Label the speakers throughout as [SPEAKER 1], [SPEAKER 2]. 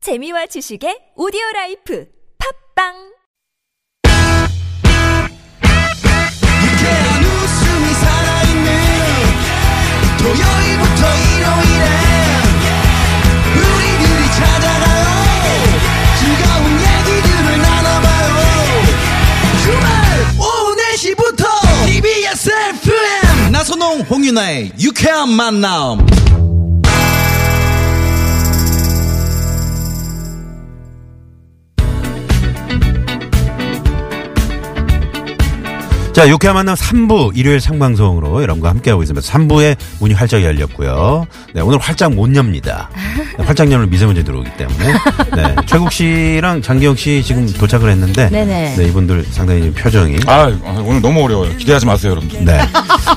[SPEAKER 1] 재미와 지식의 오디오 라이프 팝빵
[SPEAKER 2] 유쾌한 웃음이 살아있는 토요일부터 일요일에 우리들이 찾아가요 즐거운 얘기들을 나눠봐요 주말 오후 4시부터 TBS FM 나선홍 홍윤아의 유쾌한 만남
[SPEAKER 3] 자, 유쾌한 만남 3부 일요일 생방송으로 여러분과 함께하고 있습니다. 3부에 문이 활짝 열렸고요. 네, 오늘 활짝 못 엽니다. 네, 활짝 열면 미세먼지 들어오기 때문에. 네, 최국 씨랑 장기혁 씨 지금 도착을 했는데
[SPEAKER 4] 네네.
[SPEAKER 3] 네, 이분들 상당히 표정이
[SPEAKER 5] 아 오늘 너무 어려워요. 기대하지 마세요, 여러분들.
[SPEAKER 3] 네.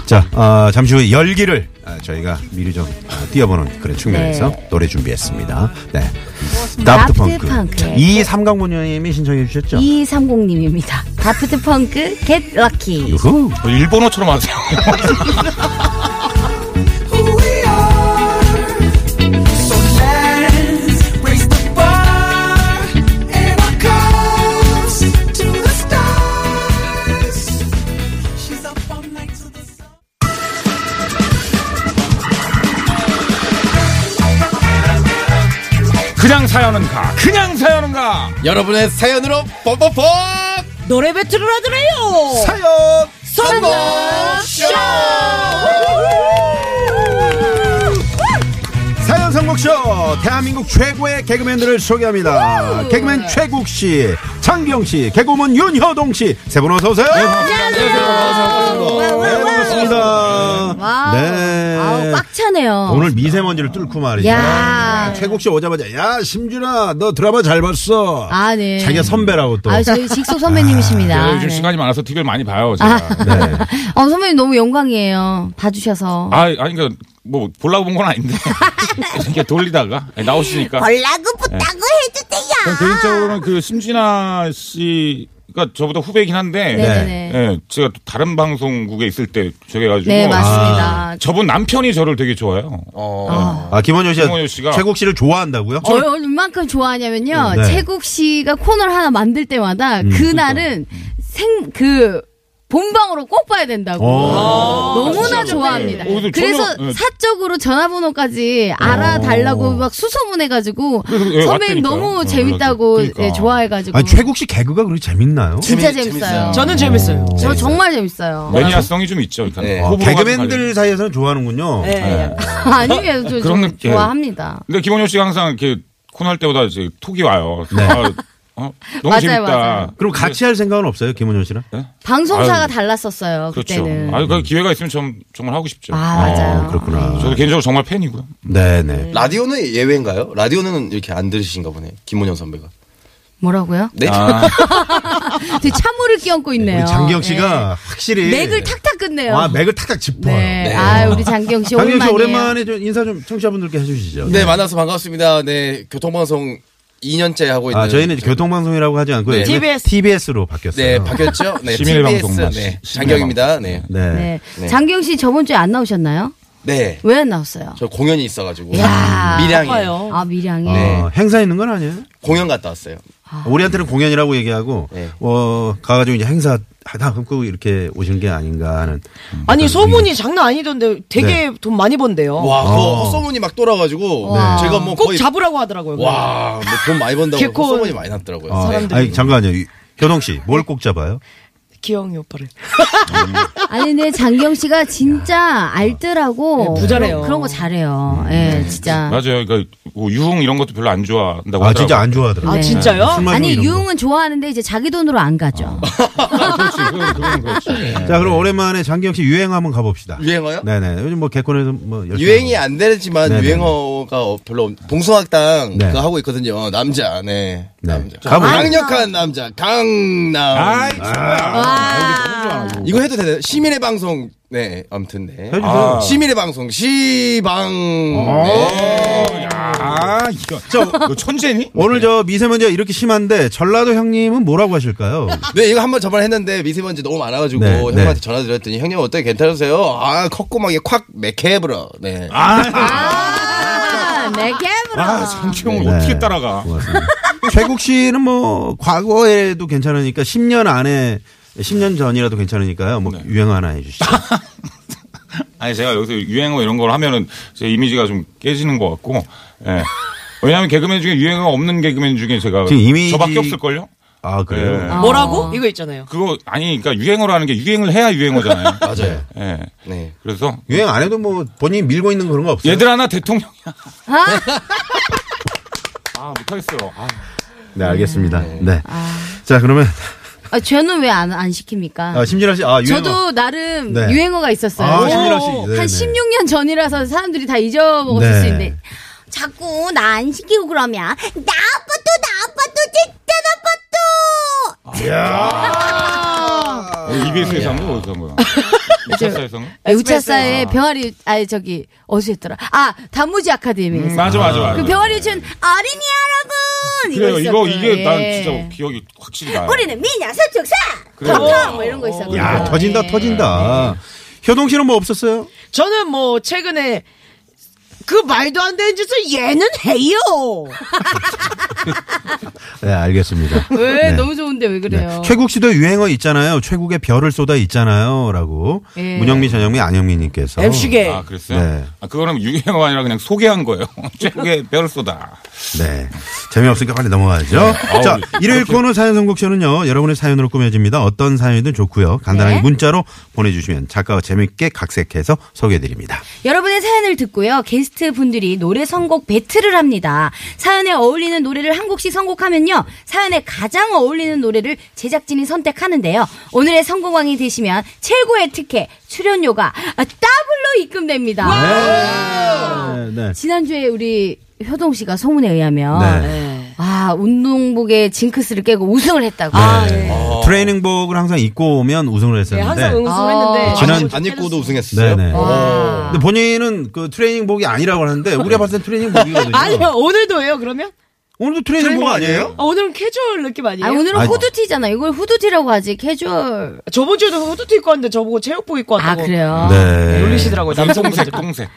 [SPEAKER 3] 자, 어, 잠시 후에 열기를 아, 저희가 미리 좀 아, 띄워보는 그런 측면에서 노래 준비했습니다. 네. 다프트 펑크.
[SPEAKER 4] 펑크의
[SPEAKER 3] 이 삼강모님이 신청해 주셨죠?
[SPEAKER 4] 2230님입니다. 다프트 펑크 겟 럭키.
[SPEAKER 3] 유후.
[SPEAKER 5] 뭐 일본어처럼 하세요. 그냥 사연은가? 그냥 사연은가?
[SPEAKER 6] 여러분의 사연으로 뽀뽀뽀
[SPEAKER 4] 노래 배틀을 하더래요.
[SPEAKER 6] 사연
[SPEAKER 4] 선곡
[SPEAKER 6] 쇼 사연 선곡쇼 대한민국 최고의 개그맨들을 소개합니다
[SPEAKER 4] 네.
[SPEAKER 6] 개그맨 최국씨 장기영씨 개그우먼 윤효동씨 세 분 어서오세요
[SPEAKER 4] 네, 안녕하세요.
[SPEAKER 3] 네, 반갑습니다.
[SPEAKER 4] 와우. 아우, 꽉 차네요.
[SPEAKER 3] 네. 오늘 미세먼지를 뚫고 말이죠.
[SPEAKER 4] 야.
[SPEAKER 3] 최국 씨 오자마자 야 심준아 너 드라마 잘 봤어.
[SPEAKER 4] 아, 네.
[SPEAKER 3] 자기가 선배라고 또.
[SPEAKER 4] 아, 저희 직속 선배님이십니다.
[SPEAKER 5] 제가 요즘
[SPEAKER 4] 네.
[SPEAKER 5] 시간이 많아서 TV를 많이 봐요, 제가. 아,
[SPEAKER 3] 네.
[SPEAKER 4] 어, 선배님 너무 영광이에요. 봐주셔서.
[SPEAKER 5] 아니, 그러니까 뭐 보려고 본 건 아닌데 이렇게 돌리다가 나오시니까.
[SPEAKER 4] 벌라고 붙다고 해주세요.
[SPEAKER 5] 저는 개인적으로는 그 심진아 씨가 저보다 후배이긴 한데,
[SPEAKER 4] 네네네.
[SPEAKER 5] 예, 제가 또 다른 방송국에 있을 때 저래가지고
[SPEAKER 4] 네, 맞습니다.
[SPEAKER 5] 저분 남편이 저를 되게 좋아해요.
[SPEAKER 3] 아 김원효 씨가
[SPEAKER 5] 김원효 씨가
[SPEAKER 3] 최국 씨를 좋아한다고요?
[SPEAKER 4] 어, 얼만큼 좋아하냐면요.
[SPEAKER 3] 네.
[SPEAKER 4] 최국 씨가 코너를 하나 만들 때마다
[SPEAKER 5] 음.
[SPEAKER 4] 그날은 생, 그, 본방으로 꼭 봐야 된다고. 너무나 좋아합니다.
[SPEAKER 5] 네. 어, 근데
[SPEAKER 4] 그래서
[SPEAKER 5] 저는, 네. 어.
[SPEAKER 4] 사적으로 전화번호까지 알아달라고 막 수소문해가지고
[SPEAKER 5] 그래서, 예,
[SPEAKER 4] 선배님
[SPEAKER 5] 왔다니까요.
[SPEAKER 4] 너무
[SPEAKER 5] 어,
[SPEAKER 4] 재밌다고
[SPEAKER 5] 그러니까.
[SPEAKER 4] 예, 좋아해가지고.
[SPEAKER 3] 아니 최국 씨 개그가 그렇게 재밌나요?
[SPEAKER 4] 진짜 재밌어요.
[SPEAKER 7] 저는 재밌어요.
[SPEAKER 4] 저 정말 재밌어요.
[SPEAKER 5] 매니아성이 좀 있죠. 일단
[SPEAKER 6] 네.
[SPEAKER 3] 아,
[SPEAKER 5] 호불호가 좀 갈리고.
[SPEAKER 3] 개그맨들 사이에서는 좋아하는군요.
[SPEAKER 7] 네.
[SPEAKER 4] 아니에요. 저,
[SPEAKER 5] 그런
[SPEAKER 4] 저
[SPEAKER 5] 느낌.
[SPEAKER 4] 좋아합니다.
[SPEAKER 5] 근데 김원효 씨가 항상 이렇게 코너 할 때보다 이제 톡이 와요. 아, 어? 너무
[SPEAKER 4] 맞아요,
[SPEAKER 5] 재밌다.
[SPEAKER 4] 맞아요.
[SPEAKER 3] 네. 그럼 같이 할 생각은 없어요, 김원효 씨랑?
[SPEAKER 4] 방송사가
[SPEAKER 5] 아유.
[SPEAKER 4] 달랐었어요. 그
[SPEAKER 5] 그렇죠.
[SPEAKER 4] 때는
[SPEAKER 5] 아, 그 기회가 있으면 좀, 정말 하고 싶죠.
[SPEAKER 4] 아, 맞아요. 네.
[SPEAKER 3] 어, 그렇구나.
[SPEAKER 5] 저도 개인적으로 정말 팬이고요.
[SPEAKER 3] 네네.
[SPEAKER 6] 라디오는 예외인가요? 라디오는 이렇게 안 들으신가 보네 김원현 선배가
[SPEAKER 4] 뭐라고요?
[SPEAKER 6] 네?
[SPEAKER 4] 되게 찬물을 끼얹고 있네요.
[SPEAKER 3] 아. 우리 장기혁 씨가
[SPEAKER 4] 예.
[SPEAKER 3] 확실히
[SPEAKER 4] 맥을 탁탁 끝내요.
[SPEAKER 3] 아 맥을 탁탁 짚어요.
[SPEAKER 4] 네. 아, 우리 장기영 씨
[SPEAKER 3] 장기혁 씨
[SPEAKER 4] 오랜만이에요.
[SPEAKER 3] 오랜만에 좀 인사 좀 청취자분들께 해주시죠.
[SPEAKER 6] 네 만나서 반갑습니다 네 교통방송 2년째 하고 있는
[SPEAKER 3] 아, 저희는
[SPEAKER 8] 네.
[SPEAKER 3] 이제 교통방송이라고 하지 않고
[SPEAKER 6] 네.
[SPEAKER 3] TBS. TBS로 바뀌었어요.
[SPEAKER 6] 네 바뀌었죠 네
[SPEAKER 5] 시민방송
[SPEAKER 6] TBS
[SPEAKER 5] 맞죠?
[SPEAKER 6] 네 장경입니다 네 네 저
[SPEAKER 3] 네.
[SPEAKER 4] 네.
[SPEAKER 6] 네.
[SPEAKER 4] 장기영 씨 저번 주에 안 나오셨나요? 왜 안 나왔어요?
[SPEAKER 6] 공연이 있어가지고
[SPEAKER 4] 야.
[SPEAKER 6] 미량이
[SPEAKER 7] 아파요.
[SPEAKER 4] 아, 미량이.
[SPEAKER 3] 어, 행사 있는 건 아니에요?
[SPEAKER 6] 공연 갔다 왔어요
[SPEAKER 4] 아.
[SPEAKER 3] 우리한테는 공연이라고 얘기하고
[SPEAKER 6] 네.
[SPEAKER 3] 어 가가지고 이제 행사 하다 끊고 이렇게 오신 게 아닌가 하는.
[SPEAKER 7] 아니 소문이 장난 아니던데 되게 돈 많이 번대요.
[SPEAKER 6] 네.
[SPEAKER 3] 어.
[SPEAKER 6] 와, 그 헛소문이 막 돌아가지고
[SPEAKER 3] 네.
[SPEAKER 6] 제가 뭐
[SPEAKER 7] 꼭
[SPEAKER 6] 거의
[SPEAKER 7] 잡으라고 하더라고요.
[SPEAKER 6] 와, 뭐돈 많이 번다고
[SPEAKER 7] 개콘.
[SPEAKER 6] 헛소문이 많이 났더라고요.
[SPEAKER 3] 어,
[SPEAKER 6] 네.
[SPEAKER 3] 아니 잠깐요. 이- 효동 씨, 뭘 꼭 잡아요?
[SPEAKER 7] 기영이 오빠를.
[SPEAKER 4] 아니 근데 장기영 씨가 진짜 알뜰하고
[SPEAKER 7] 네, 부자래요.
[SPEAKER 4] 그런, 그런 거 잘해요. 예,
[SPEAKER 3] 네.
[SPEAKER 4] 진짜.
[SPEAKER 5] 맞아요. 그러니까 뭐 유흥 이런 것도 별로 안 좋아한다고.
[SPEAKER 3] 아 진짜 안
[SPEAKER 7] 아
[SPEAKER 3] 좋아하더라고요.
[SPEAKER 7] 진짜요?
[SPEAKER 3] 술 마시고
[SPEAKER 4] 아니
[SPEAKER 3] 이런 거.
[SPEAKER 4] 유흥은 좋아하는데 이제 자기 돈으로 안 가죠.
[SPEAKER 5] 그렇지. 그건, 그건 그렇지.
[SPEAKER 3] 자 그럼 오랜만에 장기영 씨 유행 한번 가봅시다.
[SPEAKER 6] 유행어요?
[SPEAKER 3] 네네. 요즘 뭐 개콘에서 뭐 열심히
[SPEAKER 6] 유행이
[SPEAKER 3] 하고.
[SPEAKER 6] 안 되지만
[SPEAKER 3] 네, 네,
[SPEAKER 6] 유행어가 어, 별로 없- 동서학당
[SPEAKER 3] 네.
[SPEAKER 6] 그거 하고 있거든요. 남자, 네.
[SPEAKER 3] 네.
[SPEAKER 6] 남자.
[SPEAKER 3] 가보죠.
[SPEAKER 6] 강력한 남자, 강남.
[SPEAKER 5] 아이, 진짜.
[SPEAKER 4] 와.
[SPEAKER 6] 이거 해도 되나요? 시민의 방송, 네, 아무튼, 네.
[SPEAKER 3] 해주세요.
[SPEAKER 5] 아.
[SPEAKER 6] 시민의 방송, 시방.
[SPEAKER 3] 어?
[SPEAKER 6] 네.
[SPEAKER 5] 아, 이거. 너 천재니?
[SPEAKER 3] 오늘 저 미세먼지가 이렇게 심한데 전라도 형님은 뭐라고 하실까요?
[SPEAKER 6] 네, 이거 한번 전화를 했는데 미세먼지 너무 많아가지고
[SPEAKER 3] 네,
[SPEAKER 6] 형한테
[SPEAKER 3] 네.
[SPEAKER 6] 전화 드렸더니 형님 어때? 괜찮으세요?
[SPEAKER 3] 아.
[SPEAKER 6] 아, 콧구멍에 콱 맥혀버려. 네.
[SPEAKER 4] 아, 맥캐브
[SPEAKER 5] 아, 정치형을
[SPEAKER 3] 네.
[SPEAKER 5] 어떻게 따라가?
[SPEAKER 3] 고맙습니다. 최국 씨는 뭐 과거에도 괜찮으니까 10년 안에 10년 전이라도 괜찮으니까요. 뭐 유행 하나 해주시죠.
[SPEAKER 5] 아니 제가 여기서 유행어 이런 걸 하면은 제 이미지가 좀 깨지는 것 같고. 예. 왜냐하면 개그맨 중에 유행어 없는 개그맨 중에 제가
[SPEAKER 3] 지금 이미지-
[SPEAKER 5] 저밖에 없을 걸요.
[SPEAKER 3] 아 그래요?
[SPEAKER 5] 예.
[SPEAKER 7] 뭐라고? 이거 있잖아요.
[SPEAKER 5] 그거 아니 그러니까 유행어라는 게 유행을 해야 유행어잖아요.
[SPEAKER 3] 맞아요.
[SPEAKER 5] 예.
[SPEAKER 8] 네.
[SPEAKER 5] 그래서
[SPEAKER 3] 유행 안 해도 뭐 본인이 밀고 있는 그런 거 없어요?
[SPEAKER 5] 얘들아 나 대통령이야. 아 못하겠어요. 아,
[SPEAKER 3] 네 알겠습니다. 네. 자 그러면
[SPEAKER 4] 아, 저는 왜 안 안 시킵니까?
[SPEAKER 3] 아, 심진아 씨, 아 유행.
[SPEAKER 4] 저도 나름
[SPEAKER 3] 네.
[SPEAKER 4] 유행어가 있었어요.
[SPEAKER 3] 아 심진아 씨.
[SPEAKER 5] 네,
[SPEAKER 4] 한 16년 전이라서 사람들이 다 잊어먹었을
[SPEAKER 3] 네.
[SPEAKER 4] 수 있는데 자꾸 나 안 시키고 그러면 나 아빠도 나 아빠도 진짜 아빠도
[SPEAKER 5] 어, EBS에서 한 거야 어디서 한 거야? 미쳤어에서 한 거?
[SPEAKER 4] 아, 우차사의 병아리 아니 저기 어디였더라 아 단무지 아카데미에서
[SPEAKER 5] 음, 맞아 맞아 맞아.
[SPEAKER 4] 그 병아리 유치원 어린이 여러분
[SPEAKER 5] 그래요. 이거
[SPEAKER 4] 있었고요.
[SPEAKER 5] 이게 난
[SPEAKER 4] 예.
[SPEAKER 5] 진짜 기억이 확실히 나요.
[SPEAKER 4] 우리는 미녀 서쪽사
[SPEAKER 5] 그래요.
[SPEAKER 4] 텅텅 뭐 이런 거 있었고
[SPEAKER 3] 야 터진다
[SPEAKER 4] 네.
[SPEAKER 3] 터진다. 효동 씨는 뭐 없었어요?
[SPEAKER 7] 저는 뭐 최근에 그 말도 안 되는 짓을 얘는 해요.
[SPEAKER 3] 네 알겠습니다.
[SPEAKER 4] 왜
[SPEAKER 3] 네.
[SPEAKER 4] 너무 좋은데
[SPEAKER 3] 네.
[SPEAKER 4] 왜 그래요
[SPEAKER 3] 최국 씨도 유행어 있잖아요. 최국의 별을 쏟아 있잖아요라고
[SPEAKER 4] 예.
[SPEAKER 3] 문영미, 전영미, 안영미님께서
[SPEAKER 7] MC게.
[SPEAKER 5] 아 그랬어요?
[SPEAKER 3] 네.
[SPEAKER 5] 아 그거는 유행어가 아니라 그냥 소개한 거예요. 최고의 뼈를 쏟아.
[SPEAKER 3] 네. 재미없으니까 빨리 넘어가죠.
[SPEAKER 5] 아우,
[SPEAKER 3] 자, 일요일 코너 사연 선곡쇼는요, 여러분의 사연으로 꾸며집니다. 어떤 사연이든 좋고요. 간단하게
[SPEAKER 4] 네.
[SPEAKER 3] 문자로 보내주시면 작가가 재밌게 각색해서 소개해드립니다.
[SPEAKER 4] 여러분의 사연을 듣고요. 게스트 분들이 노래 선곡 배틀을 합니다. 사연에 어울리는 노래를 한 곡씩 선곡하면요. 사연에 가장 어울리는 노래를 제작진이 선택하는데요. 오늘의 성공왕이 되시면 최고의 특혜 출연료가 더블로 입금됩니다. 아,
[SPEAKER 3] 네. 네.
[SPEAKER 4] 지난주에 우리 효동 씨가 소문에 의하면
[SPEAKER 3] 네.
[SPEAKER 4] 아 운동복의 징크스를 깨고 우승을 했다고.
[SPEAKER 3] 네. 트레이닝복을 항상 입고 오면 우승을
[SPEAKER 7] 네,
[SPEAKER 3] 했었는데.
[SPEAKER 7] 항상
[SPEAKER 4] 아.
[SPEAKER 7] 응수했는데.
[SPEAKER 3] 지난-
[SPEAKER 8] 안
[SPEAKER 7] 아,
[SPEAKER 8] 입고도 우승했어요.
[SPEAKER 3] 네네. 근데 본인은 그 트레이닝복이 아니라고 하는데, 우리가 봤을 땐 트레이닝복이거든요.
[SPEAKER 7] 아니요 오늘도예요 그러면?
[SPEAKER 3] 오늘도 트레이닝복 아니에요?
[SPEAKER 7] 아, 오늘은 캐주얼 느낌 아니에요?
[SPEAKER 4] 아 오늘은
[SPEAKER 3] 아니.
[SPEAKER 4] 후드티잖아. 이걸 후드티라고 하지 캐주얼.
[SPEAKER 7] 저번 주에도 후드티 입고 왔는데 저보고 체육복 입고
[SPEAKER 4] 아
[SPEAKER 7] 왔다고
[SPEAKER 4] 그래요.
[SPEAKER 3] 네.
[SPEAKER 7] 아, 놀리시더라고요
[SPEAKER 5] 동색
[SPEAKER 7] 뭐, 남성분들.
[SPEAKER 5] 동색.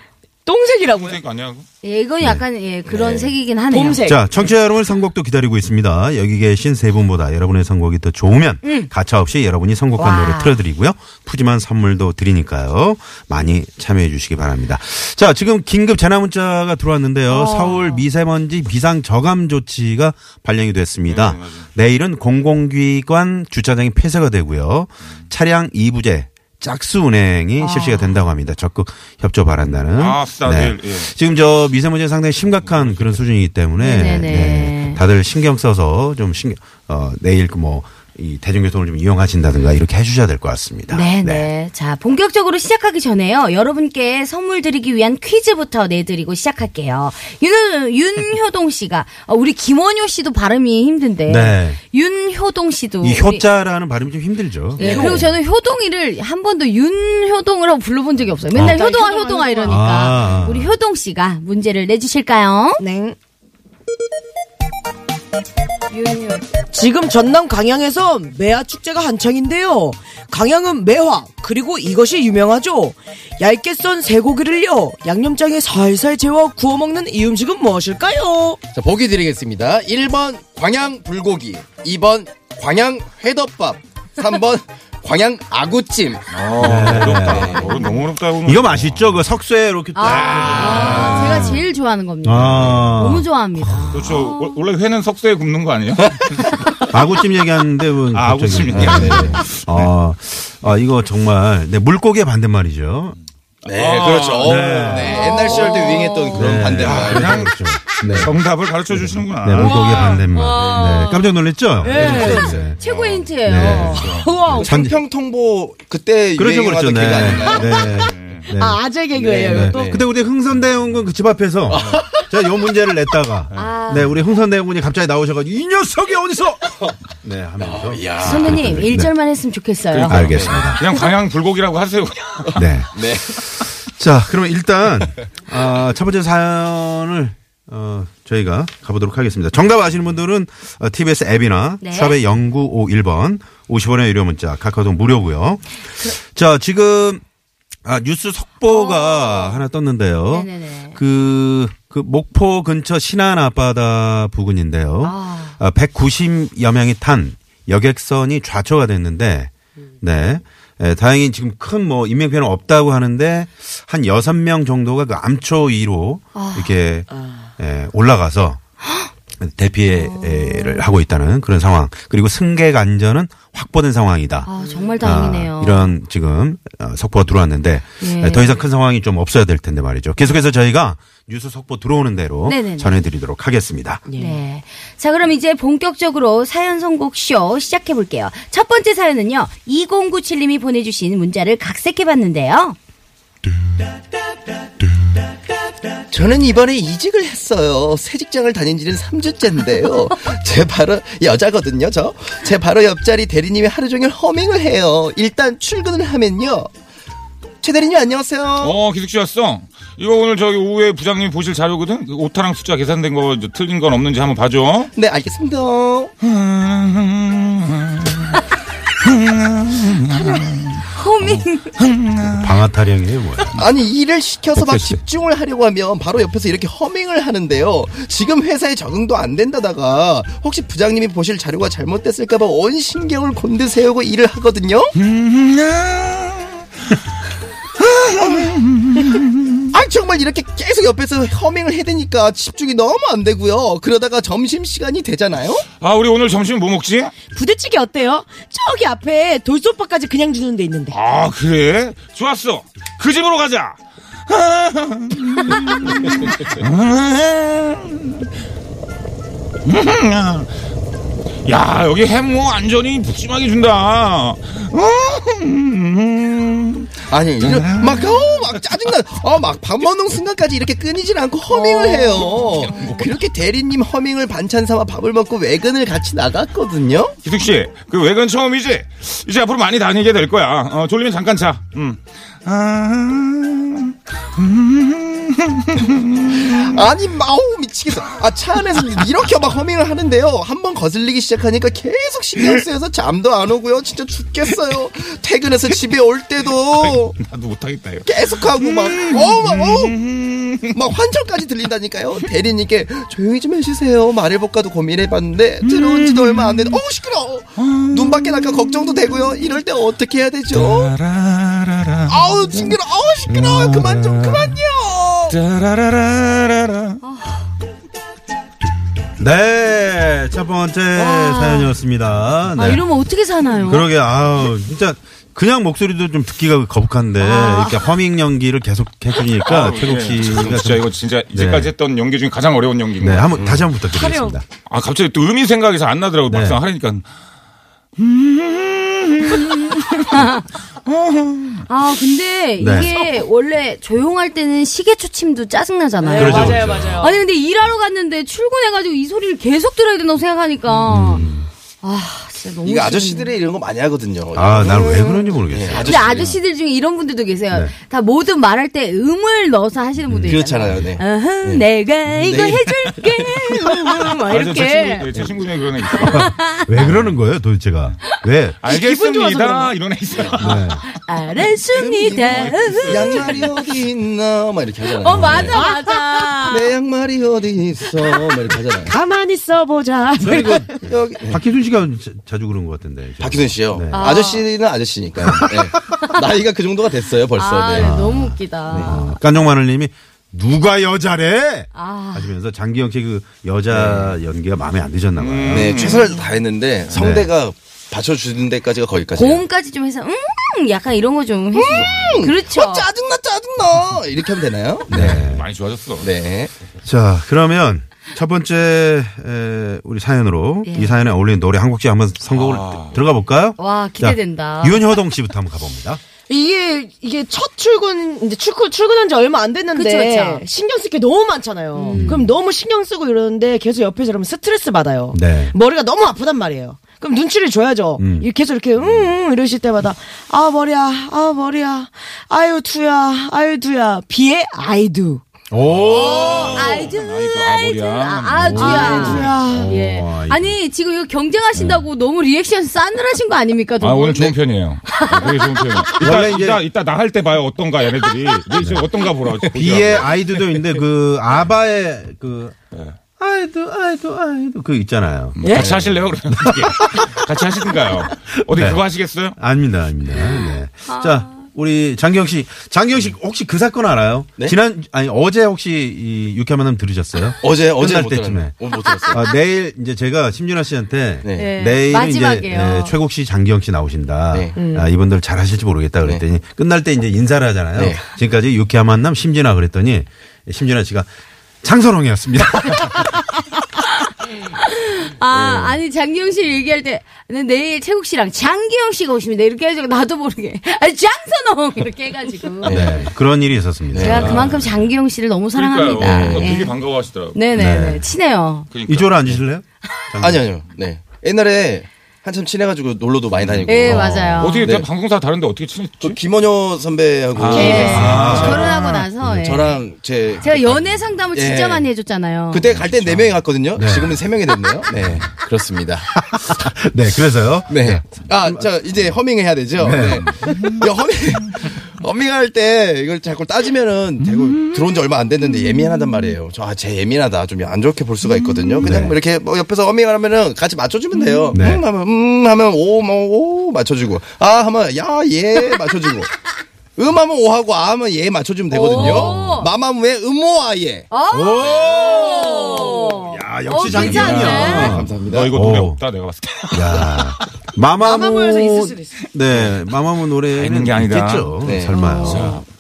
[SPEAKER 7] 똥색이라고요?
[SPEAKER 5] 동색 아니야? 그거?
[SPEAKER 4] 예, 이건 약간 예 그런 색이긴 하네요.
[SPEAKER 7] 봄색.
[SPEAKER 3] 자, 청취자 여러분의 선곡도 기다리고 있습니다. 여기 계신 세 분보다 여러분의 선곡이 더 좋으면 가차없이 여러분이 선곡한
[SPEAKER 4] 와.
[SPEAKER 3] 노래 틀어드리고요. 푸짐한 선물도 드리니까요. 많이 참여해 주시기 바랍니다. 자, 지금 긴급 재난 문자가 들어왔는데요. 서울 미세먼지 비상 저감 조치가 발령이
[SPEAKER 5] 네,
[SPEAKER 3] 됐습니다. 내일은 공공기관 주차장이 폐쇄가 되고요. 차량 이부제 짝수 운행이 실시가 된다고 합니다. 적극 협조 바란다는. 네.
[SPEAKER 5] 아, 싸, 내일, 예. 네,
[SPEAKER 3] 지금 저 미세먼지 가 상당히 심각한 그런 수준이기 때문에
[SPEAKER 4] 네네네.
[SPEAKER 3] 네, 다들 신경 써서 좀 신경 어 내일 그뭐이 대중교통을 좀 이용하신다든가 이렇게 해주셔야 될 것 같습니다.
[SPEAKER 4] 네네. 자, 본격적으로 시작하기 전에요. 여러분께 선물 드리기 위한 퀴즈부터 내드리고 시작할게요. 윤, 윤효동 씨가, 어, 우리 김원효 씨도 발음이 힘든데.
[SPEAKER 3] 네.
[SPEAKER 4] 윤효동 씨도.
[SPEAKER 3] 이
[SPEAKER 4] 우리-
[SPEAKER 3] 효자라는 발음이 좀 힘들죠. 네.
[SPEAKER 4] 예, 그리고 저는 효동이를 한 번도 윤효동이라고 불러본 적이 없어요. 맨날
[SPEAKER 7] 아.
[SPEAKER 4] 효동아,
[SPEAKER 7] 효동아,
[SPEAKER 4] 효동아
[SPEAKER 7] 효동아.
[SPEAKER 4] 이러니까.
[SPEAKER 3] 아.
[SPEAKER 4] 우리 효동 씨가 문제를 내주실까요?
[SPEAKER 7] 네. 지금 전남 강양에서 매화 축제가 한창인데요. 강양은 매화 그리고 이것이 유명하죠. 얇게 썬 새고기를요 양념장에 살살 재워 구워 먹는 이 음식은 무엇일까요?
[SPEAKER 8] 자, 보기 드리겠습니다. 1번 광양 불고기, 2번 광양 회덮밥, 3번 광양 아구찜.
[SPEAKER 5] 네. 어, 어렵다. 어, 너무 어렵다. 오늘.
[SPEAKER 3] 이거 맛있죠? 그 석쇠 이렇게 딱.
[SPEAKER 4] 네. 아, 제가 제일 좋아하는 겁니다.
[SPEAKER 3] 아.
[SPEAKER 4] 너무 좋아합니다.
[SPEAKER 5] 그렇죠. 원- 원래 회는 석쇠에 굽는 거 아니에요?
[SPEAKER 3] 아구찜 얘기하는데 뭐
[SPEAKER 5] 아, 아구찜
[SPEAKER 3] 갑자기-
[SPEAKER 5] 얘기하네.
[SPEAKER 3] 네, 네. 아, 아, 이거 정말 네, 물고기의 반대말이죠.
[SPEAKER 8] 네, 그렇죠.
[SPEAKER 3] 네.
[SPEAKER 8] 네, 옛날 시절 때 유행했던 그런
[SPEAKER 3] 네.
[SPEAKER 8] 반대말.
[SPEAKER 5] 그냥
[SPEAKER 3] 그렇죠. 네.
[SPEAKER 5] 정답을 가르쳐 주시는구나.
[SPEAKER 3] 네, 물고기의 반대말. 네, 깜짝 놀랐죠? 네.
[SPEAKER 4] 최고의 힌트예요.
[SPEAKER 3] 네.
[SPEAKER 7] 우와.
[SPEAKER 3] 전-
[SPEAKER 8] 상평통보 그때
[SPEAKER 3] 그렇죠, 그렇죠.
[SPEAKER 8] 유행하던 그
[SPEAKER 3] 네.
[SPEAKER 8] 아닌가요?
[SPEAKER 3] 네. 네.
[SPEAKER 7] 아, 아재 개그예요.
[SPEAKER 3] 네.
[SPEAKER 7] 이것도?
[SPEAKER 3] 근데 우리 흥선대원군 그 집 앞에서 제가 요 문제를 냈다가 네 우리 흥선대원군이 갑자기 나오셔가지고 이 녀석이 어디서 네 하면서
[SPEAKER 4] 선배님,
[SPEAKER 3] 네.
[SPEAKER 4] 일절만 했으면 좋겠어요.
[SPEAKER 3] 그러니까 알겠습니다.
[SPEAKER 5] 그냥 광양 불고기라고 하세요. 그냥.
[SPEAKER 3] 네.
[SPEAKER 8] 네.
[SPEAKER 3] 자 그러면 일단 아, 첫 번째 사연을 어, 저희가 가보도록 하겠습니다. 정답 아시는 분들은 어, TBS 앱이나
[SPEAKER 4] 네.
[SPEAKER 3] 샵의 0951번 50원의 유료 문자 카카오톡 무료고요. 자 지금 아, 뉴스 속보가 하나 떴는데요.
[SPEAKER 4] 네네네.
[SPEAKER 3] 그 그 목포 근처 신안 앞바다 부근인데요.
[SPEAKER 4] 아.
[SPEAKER 3] 아, 190여 명이 탄 여객선이 좌초가 됐는데, 네. 예, 다행히 지금 큰 뭐 인명피해는 없다고 하는데 한 여섯 명 정도가 그 암초 위로
[SPEAKER 4] 아.
[SPEAKER 3] 이렇게 예, 올라가서 대피를 하고 있다는 그런 상황. 그리고 승객 안전은 확보된 상황이다.
[SPEAKER 4] 아, 정말 다행이네요.
[SPEAKER 3] 아, 이런 지금 어, 속보가 들어왔는데
[SPEAKER 4] 예.
[SPEAKER 3] 네, 더 이상 큰 상황이 좀 없어야 될 텐데 말이죠. 계속해서 저희가 뉴스 속보 들어오는 대로
[SPEAKER 4] 네네네.
[SPEAKER 3] 전해드리도록 하겠습니다.
[SPEAKER 4] 네. 자, 그럼 이제 본격적으로 사연 선곡 쇼 시작해 볼게요. 첫 번째 사연은요. 2097님이 보내주신 문자를 각색해 봤는데요.
[SPEAKER 8] 저는 이번에 이직을 했어요. 새 직장을 다닌 지는 3주째인데요. 제 바로 여자거든요, 저. 제 바로 옆자리 대리님이 하루 종일 허밍을 해요. 일단 출근을 하면요. 최 대리님 안녕하세요.
[SPEAKER 5] 어, 기숙 씨 왔어. 이거 오늘 저기 오후에 부장님이 보실 자료거든? 그 오타랑 숫자 계산된 거 이제 틀린 건 없는지 한번 봐줘.
[SPEAKER 8] 네, 알겠습니다.
[SPEAKER 3] 어,
[SPEAKER 4] 호밍.
[SPEAKER 3] 네. 방아 타령이에요, 뭐야?
[SPEAKER 8] 아니, 일을 시켜서 막
[SPEAKER 3] 백세 씨.
[SPEAKER 8] 집중을 하려고 하면 바로 옆에서 이렇게 허밍을 하는데요. 지금 회사에 적응도 안 된다다가 혹시 부장님이 보실 자료가 잘못됐을까봐 온 신경을 곤두세우고 일을 하거든요.
[SPEAKER 3] 음.
[SPEAKER 8] 아 정말 이렇게 계속 옆에서 허밍을 해대니까 집중이 너무 안 되고요. 그러다가 점심 시간이 되잖아요.
[SPEAKER 5] 아, 우리 오늘 점심 뭐 먹지?
[SPEAKER 7] 부대찌개 어때요? 저기 앞에 돌솥밥까지 그냥 주는 데 있는데.
[SPEAKER 5] 아, 그래? 좋았어. 그 집으로 가자. 야, 여기 햄무 안전히 푸짐하게 준다.
[SPEAKER 8] 아니
[SPEAKER 3] 네.
[SPEAKER 8] 이런 막 어우 막 짜증나. 어막 밥 먹는 순간까지 이렇게 끊이질 않고
[SPEAKER 3] 어.
[SPEAKER 8] 허밍을 해요. 그렇게 대리님 허밍을 반찬 삼아 밥을 먹고 외근을 같이 나갔거든요.
[SPEAKER 5] 기숙 씨, 그 외근 처음이지? 이제 앞으로 많이 다니게 될 거야. 어, 졸리면 잠깐 자. 음.
[SPEAKER 8] 아니 마우 미치겠어. 아 차 안에서 이렇게 막 허밍을 하는데요. 한번 거슬리기 시작하니까 계속 신경 쓰여서 잠도 안 오고요. 진짜 죽겠어요. 퇴근해서 집에 올 때도
[SPEAKER 5] 나도 못하겠다, 이거.
[SPEAKER 8] 계속하고 막 어우 막 어우 막 환절까지 들린다니까요. 대리님께 조용히 좀 해주세요. 말해볼까도 고민해봤는데 들어온 지도 얼마 안 됐는데 어우 시끄러워. 눈 밖에 나까 걱정도 되고요. 이럴 때 어떻게 해야 되죠? 아우 징그러. 아우 시끄러워. 그만 좀 그만요.
[SPEAKER 4] 어.
[SPEAKER 3] 네, 첫 번째 사연이었습니다. 네.
[SPEAKER 4] 아, 이러면 어떻게 사나요?
[SPEAKER 3] 그러게, 아우, 진짜. 그냥 목소리도 좀 듣기가 거북한데
[SPEAKER 4] 아.
[SPEAKER 3] 이렇게 허밍 연기를 계속 해주니까 최국 씨가 좀-
[SPEAKER 5] 예. 진짜 이거 진짜 이제까지 했던 연기 중에 가장 어려운 연기입니다.
[SPEAKER 3] 네, 네, 한번 다시 한번 부탁드리겠습니다.
[SPEAKER 5] 아 갑자기 또 음이 생각이 잘 안 나더라고
[SPEAKER 3] 네.
[SPEAKER 5] 막상 하려니까
[SPEAKER 4] 아, 근데
[SPEAKER 3] 네.
[SPEAKER 4] 이게 원래 조용할 때는 시계 초침도 짜증나잖아요.
[SPEAKER 3] 그러죠, 그렇죠.
[SPEAKER 4] 아니, 근데 일하러 갔는데 출근해가지고 이 소리를 계속 들어야 된다고 생각하니까.
[SPEAKER 3] 음.
[SPEAKER 4] 아, 진짜 너무.
[SPEAKER 8] 이거
[SPEAKER 4] 싫은데.
[SPEAKER 8] 아저씨들이 이런 거 많이 하거든요. 네,
[SPEAKER 3] 아, 네, 난
[SPEAKER 4] 네.
[SPEAKER 3] 왜 그런지
[SPEAKER 8] 예.
[SPEAKER 3] 모르겠어요.
[SPEAKER 4] 근데 아저씨들 중에 이런 분들도 계세요. 다 모두 말할 때 음을 넣어서 하시는 분들 있잖아요.
[SPEAKER 8] 그렇잖아요. 네.
[SPEAKER 4] 어흥, 내가 이거 해줄게. 막
[SPEAKER 5] 아, 저제
[SPEAKER 4] 이렇게.
[SPEAKER 5] 친구, 제 친구 중에 그런 애 있어
[SPEAKER 3] 왜 그러는 거예요, 도대체가? 왜?
[SPEAKER 4] 아,
[SPEAKER 5] 알겠습니다 이런 애 있어요
[SPEAKER 4] 알았습니다.
[SPEAKER 8] 네. 양말이 어디 있나? 막 이렇게 하잖아요. 네.
[SPEAKER 4] 어, 맞아, 맞아.
[SPEAKER 8] 내 양말이 어디 있어? 막 이렇게 하잖아요.
[SPEAKER 7] 가만히 써보자.
[SPEAKER 3] 그리고
[SPEAKER 8] 여기 네.
[SPEAKER 3] 박희순 씨가 자, 자주 그런 것 같은데.
[SPEAKER 8] 박희순 씨요.
[SPEAKER 3] 네.
[SPEAKER 8] 아. 저씨는 아저씨니까요. 네. 나이가 그 정도가 됐어요, 벌써.
[SPEAKER 4] 아,
[SPEAKER 8] 네.
[SPEAKER 4] 너무 웃기다.
[SPEAKER 3] 아, 깐종마늘님이 누가 여자래?
[SPEAKER 4] 아.
[SPEAKER 3] 하시면서 장기영 씨 그 여자
[SPEAKER 4] 네.
[SPEAKER 3] 연기가 마음에 안 드셨나 봐요.
[SPEAKER 8] 네, 최선을 다했는데 성대가 받쳐주는 데까지가 거기까지. 요
[SPEAKER 4] 고음까지 좀 해서, 음, 약간 이런 거 좀 해주고. 그렇죠.
[SPEAKER 8] 어, 짜증나, 짜증나. 이렇게 하면 되나요? 네.
[SPEAKER 5] 많이 좋아졌어
[SPEAKER 8] 네.
[SPEAKER 3] 자, 그러면 첫 번째 에, 우리 사연으로
[SPEAKER 4] 예.
[SPEAKER 3] 이 사연에 어울리는 노래 한 곡씩 한번 선곡을 드- 들어가 볼까요?
[SPEAKER 4] 아. 와, 기대된다.
[SPEAKER 3] 자, 윤효동 씨부터 한번 가봅니다.
[SPEAKER 7] 이게 이게 첫 출근 이제 출근 출근한 지 얼마 안 됐는데
[SPEAKER 4] 그쵸, 그쵸. 음.
[SPEAKER 7] 신경 쓸 게 너무 많잖아요. 그럼 너무 신경 쓰고 이러는데 계속 옆에서 이러면 스트레스 받아요.
[SPEAKER 3] 네.
[SPEAKER 7] 머리가 너무 아프단 말이에요. 그럼 눈치를 줘야죠. 이- 계속 이렇게 음, 음 이러실 때마다 아 머리야, 아 머리야, 아유 두야, 아유 두야. 비의 아이두.
[SPEAKER 3] 오,
[SPEAKER 4] 아이즈,
[SPEAKER 5] 아이고, 아,
[SPEAKER 4] 아이즈,
[SPEAKER 5] 머리야.
[SPEAKER 4] 아, 아주야.
[SPEAKER 7] 아이두야.
[SPEAKER 4] 예.
[SPEAKER 3] 와,
[SPEAKER 4] 아니 지금 이거 경쟁하신다고 너무 리액션 싸늘하신 거 아닙니까? 두
[SPEAKER 5] 아,
[SPEAKER 4] 분?
[SPEAKER 5] 오늘 좋은 편이에요. 네, 되게 좋은 편이에요. 이따,
[SPEAKER 6] 원래 이제-
[SPEAKER 5] 이따, 이따 나 할 때 봐요. 어떤가, 얘네들이. 네, 지금 어떤가 보라.
[SPEAKER 3] 비의 아이들도 있는데 그 아바의 그
[SPEAKER 4] 네.
[SPEAKER 3] 아이도 아이도 아이도 그 있잖아요.
[SPEAKER 5] 뭐 같이 하실래요? 그러면 이게. 같이 하시든가요. 어디 그거 하시겠어요?
[SPEAKER 3] 아닙니다, 아닙니다. 네. 자, 우리 장경 씨, 장경 씨 혹시 그 사건 알아요? 지난 아니 어제 혹시 이 유쾌한 만남 들으셨어요?
[SPEAKER 8] 네? 어제 어제
[SPEAKER 3] 끝날
[SPEAKER 8] 못
[SPEAKER 3] 때쯤에.
[SPEAKER 8] 들었네. 오늘 못 들었어요.
[SPEAKER 3] 아, 내일 이제 제가 심윤아 씨한테
[SPEAKER 8] 네.
[SPEAKER 4] 네,
[SPEAKER 3] 내일 이제
[SPEAKER 4] 마지막이에요. 음.
[SPEAKER 3] 예, 최국 씨, 장기영 씨 나오신다.
[SPEAKER 8] 네.
[SPEAKER 3] 아, 이분들 잘하실지 모르겠다 그랬더니 끝날 때 이제 인사를 하잖아요.
[SPEAKER 8] 네.
[SPEAKER 3] 지금까지 유쾌한 만남 심진아 그랬더니 심진아 씨가 장선홍이었습니다. 네.
[SPEAKER 4] 아 아니 장기영 씨 얘기할 때 나는 내일 최국 씨랑 장기영 씨가 오십니다 이렇게 해가지고 나도 모르게 아니 장선홍 이렇게 해가지고
[SPEAKER 3] 네, 그런 일이 있었습니다.
[SPEAKER 4] 제가 그만큼 장기영 씨를 너무 사랑합니다.
[SPEAKER 5] 그러니까요. 어,
[SPEAKER 4] 예.
[SPEAKER 5] 되게 반가워 하시더라고요.
[SPEAKER 4] 네네네
[SPEAKER 3] 네.
[SPEAKER 4] 친해요.
[SPEAKER 5] 그러니까.
[SPEAKER 3] 이쪽으로 앉으실래요?
[SPEAKER 8] 아니 아니요. 네. 옛날에 한참 친해가지고 놀러도 많이 다니고.
[SPEAKER 4] 예 맞아요.
[SPEAKER 5] 어떻게
[SPEAKER 8] 네.
[SPEAKER 5] 다 방송사 다른데 어떻게 친했지?
[SPEAKER 8] 저그 김원효 선배하고
[SPEAKER 4] 예.
[SPEAKER 3] 아.
[SPEAKER 4] 결혼하고 나서
[SPEAKER 3] 네,
[SPEAKER 4] 예.
[SPEAKER 8] 저랑 제
[SPEAKER 4] 제가 연애 상담을 진짜
[SPEAKER 8] 예.
[SPEAKER 4] 많이 해줬잖아요.
[SPEAKER 8] 그때 갈 때 네 명이 갔거든요. 지금은 세 명이 됐네요. 네, 그렇습니다.
[SPEAKER 3] 네, 그래서요.
[SPEAKER 8] 그러니까. 네. 아, 저 이제 허밍을 해야 되죠. 네. 이 허밍 허밍할 때 이걸 자꾸 따지면은 되고 들어온 지 얼마 안 됐는데 예민하단 말이에요. 저 아, 쟤 예민하다. 좀 안 좋게 볼 수가 있거든요. 그냥
[SPEAKER 3] 네.
[SPEAKER 8] 이렇게 뭐 옆에서 허밍을 하면은 같이 맞춰주면 돼요.
[SPEAKER 3] 네.
[SPEAKER 8] 음 하면 음 하면 오뭐오 맞춰주고 아 하면 야 예 맞춰주고. 음 하면 오 하고 아 하면 예 맞춰주면 되거든요.
[SPEAKER 4] 오.
[SPEAKER 8] 마마무 왜 음오 아 예.
[SPEAKER 4] 어! 오!
[SPEAKER 3] 야,
[SPEAKER 4] 어,
[SPEAKER 3] 역시
[SPEAKER 4] 괜찮네.
[SPEAKER 3] 장기영이요.
[SPEAKER 8] 아, 감사합니다.
[SPEAKER 5] 너 어, 이거 노래
[SPEAKER 3] 오.
[SPEAKER 5] 없다, 내가 봤을 때.
[SPEAKER 3] 야. 마마무에서 있을 수도 있어. 네, 마마무 노래는
[SPEAKER 5] 있는 게 아니다.
[SPEAKER 3] 있겠죠.
[SPEAKER 8] 네.
[SPEAKER 3] 설마.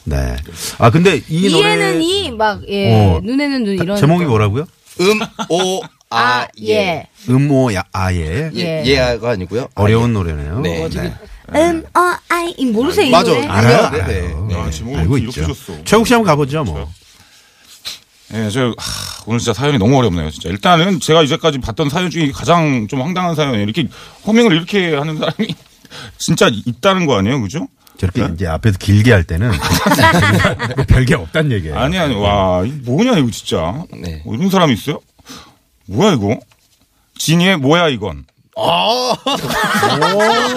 [SPEAKER 3] 네. 아 근데 이 노래
[SPEAKER 4] 이에는 이, 막, 예,
[SPEAKER 3] 어.
[SPEAKER 4] 눈에는 눈, 이런.
[SPEAKER 3] 제목이 뭐라고요?
[SPEAKER 4] 아,
[SPEAKER 8] 음, 음오아예
[SPEAKER 4] 예.
[SPEAKER 3] 음오야 아예
[SPEAKER 4] 예.
[SPEAKER 8] 예가 아니고요. 아,
[SPEAKER 3] 어려운 노래네요.
[SPEAKER 8] 네.
[SPEAKER 4] 음, 어, 아이, 이 모르세요, 이
[SPEAKER 8] 맞아.
[SPEAKER 4] 노래?
[SPEAKER 3] 알아요,
[SPEAKER 8] 네,
[SPEAKER 3] 알아요. 네,
[SPEAKER 5] 네. 아, 제목을
[SPEAKER 3] 알고
[SPEAKER 5] 이렇게
[SPEAKER 3] 있죠.
[SPEAKER 5] 줬어.
[SPEAKER 3] 최국 씨 한번 가보죠, 뭐.
[SPEAKER 5] 예, 저 하, 오늘 진짜 사연이 너무 어렵네요. 진짜 일단은 제가 이제까지 봤던 사연 중에 가장 좀 황당한 사연이에요. 이렇게 허밍을 이렇게 하는 사람이 진짜 있다는 거 아니에요, 그죠?
[SPEAKER 3] 저렇게 이제 앞에서 길게 할 때는 이거 별게 없단 얘기예요.
[SPEAKER 5] 네. 아니 아니 와 이거 뭐냐 이거 진짜.
[SPEAKER 8] 네.
[SPEAKER 5] 어, 이런 사람이 있어요? 뭐야 이거? 진이의 뭐야 이건? 아 뭐야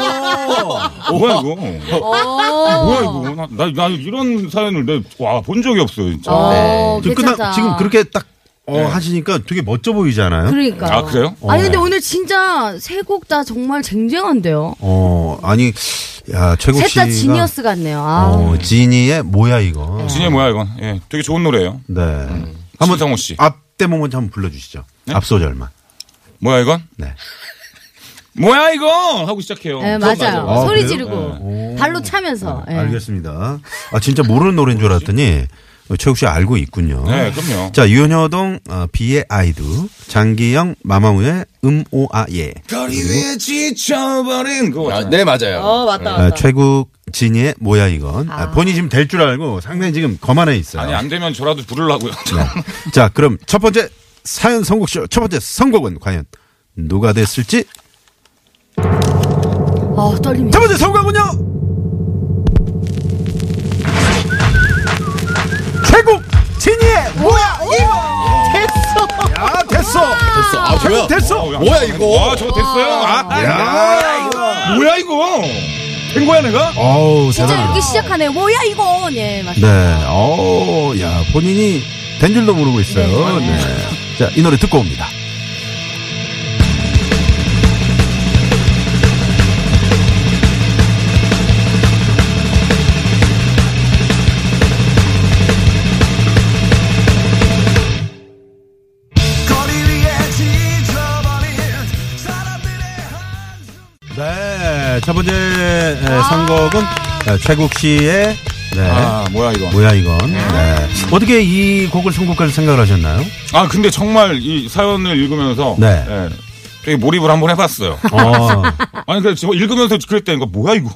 [SPEAKER 5] 이거? 뭐야 이거? 나, 나, 나 이런 사연을 내와본 적이 없어요 진짜.
[SPEAKER 4] 어,
[SPEAKER 3] 지금
[SPEAKER 4] 괜찮다.
[SPEAKER 3] 끝나 네. 지금 그렇게 딱 어,
[SPEAKER 5] 네.
[SPEAKER 3] 하시니까 되게 멋져 보이잖아요.
[SPEAKER 4] 그러니까.
[SPEAKER 5] 아, 그래요?
[SPEAKER 3] 어.
[SPEAKER 4] 아니, 근데
[SPEAKER 3] 네.
[SPEAKER 4] 오늘 진짜 세 곡 다 정말 쟁쟁한데요?
[SPEAKER 3] 어, 아니 야, 최국
[SPEAKER 4] 셋
[SPEAKER 3] 씨가
[SPEAKER 4] 다 지니어스 같네요. 아.
[SPEAKER 3] 어, 지니의 뭐야 이거.
[SPEAKER 5] 진이의 뭐야 이건? 예, 되게 좋은 노래예요.
[SPEAKER 3] 네.
[SPEAKER 4] 음.
[SPEAKER 5] 한번 성호 씨.
[SPEAKER 3] 앞 대목만 한번 불러 주시죠.
[SPEAKER 4] 네?
[SPEAKER 3] 앞 소절만.
[SPEAKER 5] 뭐야 이건?
[SPEAKER 3] 네.
[SPEAKER 5] 뭐야 이거? 하고 시작해요.
[SPEAKER 4] 예,
[SPEAKER 5] 처음
[SPEAKER 4] 맞아요.
[SPEAKER 3] 아,
[SPEAKER 4] 소리
[SPEAKER 3] 그래요?
[SPEAKER 4] 지르고, 발로 차면서. 예.
[SPEAKER 3] 네, 알겠습니다. 아 진짜 모르는 노래인 줄 알았더니 어, 최욱 씨 알고 있군요.
[SPEAKER 5] 네, 그럼요.
[SPEAKER 3] 자 유현여동 어, 비의 아이두 장기영 마마무의 음오아예
[SPEAKER 5] 거리 위에 지쳐버린 그거.
[SPEAKER 8] 아, 네 맞아요.
[SPEAKER 7] 어, 맞다.
[SPEAKER 3] 아, 최국 진이의 뭐야 이건 아, 본인 지금 될 줄 알고 상당히 지금 거만해 있어요. 네.
[SPEAKER 5] 아니 안 되면 저라도 부르려고요.
[SPEAKER 8] 네.
[SPEAKER 3] 자 그럼 첫 번째 사연 선곡쇼 첫 번째 선곡은 과연 누가 됐을지
[SPEAKER 4] 아, 떨립니다.
[SPEAKER 3] 첫 번째 선곡은요
[SPEAKER 6] 최국 진이의 뭐야 이거 됐어. 야 됐어.
[SPEAKER 8] 됐어. 아 뭐야?
[SPEAKER 6] 최국 됐어.
[SPEAKER 8] 뭐야 이거?
[SPEAKER 5] 아, 저거 됐어요. 아, 야, 뭐야 이거? 된 거야 내가?
[SPEAKER 3] 어우
[SPEAKER 4] 진짜
[SPEAKER 3] 대단하다.
[SPEAKER 4] 이렇게 시작하네. 뭐야, 이거? 예, 맞습니다.
[SPEAKER 3] 네, 어, 야 본인이 된 줄도 모르고 있어요. 네. 자, 이 노래 듣고 옵니다. 네, 첫 번째 에, 선곡은 에, 최국 씨의 네.
[SPEAKER 5] 아, 뭐야 이거?
[SPEAKER 3] 뭐야 이건? 네. 어떻게 이 곡을 선곡할 생각을 하셨나요?
[SPEAKER 5] 아, 근데 정말 이 사연을 읽으면서
[SPEAKER 3] 네.
[SPEAKER 5] 예, 되게 몰입을 한번 해봤어요.
[SPEAKER 3] 어,
[SPEAKER 5] 아니 그래 저 읽으면서 그랬다니까 뭐야 이거?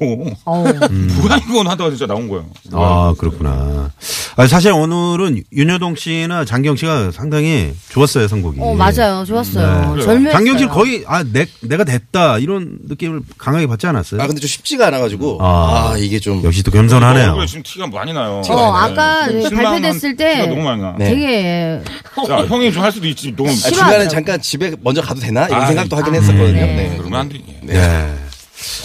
[SPEAKER 4] 어.
[SPEAKER 3] 음.
[SPEAKER 5] 뭐야 이거 하다가 진짜 나온 거예요.
[SPEAKER 3] 아 그렇구나. 아, 사실 오늘은 윤여동 씨나 장경 씨가 상당히 좋았어요 선곡이.
[SPEAKER 4] 어 맞아요 좋았어요
[SPEAKER 5] 네.
[SPEAKER 4] 젊은
[SPEAKER 3] 네. 장경 씨는 거의 아 내, 내가 됐다 이런 느낌을 강하게 받지 않았어요?
[SPEAKER 8] 아 근데 좀 쉽지가 않아가지고
[SPEAKER 3] 아.
[SPEAKER 8] 아, 이게 좀
[SPEAKER 3] 역시 또
[SPEAKER 5] 어,
[SPEAKER 3] 겸손하네요.
[SPEAKER 5] 얼굴에 지금 티가 많이 나요.
[SPEAKER 4] 어 아까
[SPEAKER 5] 네. 실망한
[SPEAKER 4] 발표됐을 때
[SPEAKER 5] 티가 너무 많이 나.
[SPEAKER 8] 네.
[SPEAKER 4] 되게 예.
[SPEAKER 5] 자, 형이 좀 할 수도 있지. 너무
[SPEAKER 8] 아, 중간에 잠깐 집에 먼저 가도 되나 이런
[SPEAKER 5] 아,
[SPEAKER 8] 생각도 하긴
[SPEAKER 4] 아,
[SPEAKER 8] 했었거든요.
[SPEAKER 4] 네.
[SPEAKER 8] 네.
[SPEAKER 5] 그러면 안 돼. 예.
[SPEAKER 3] 네.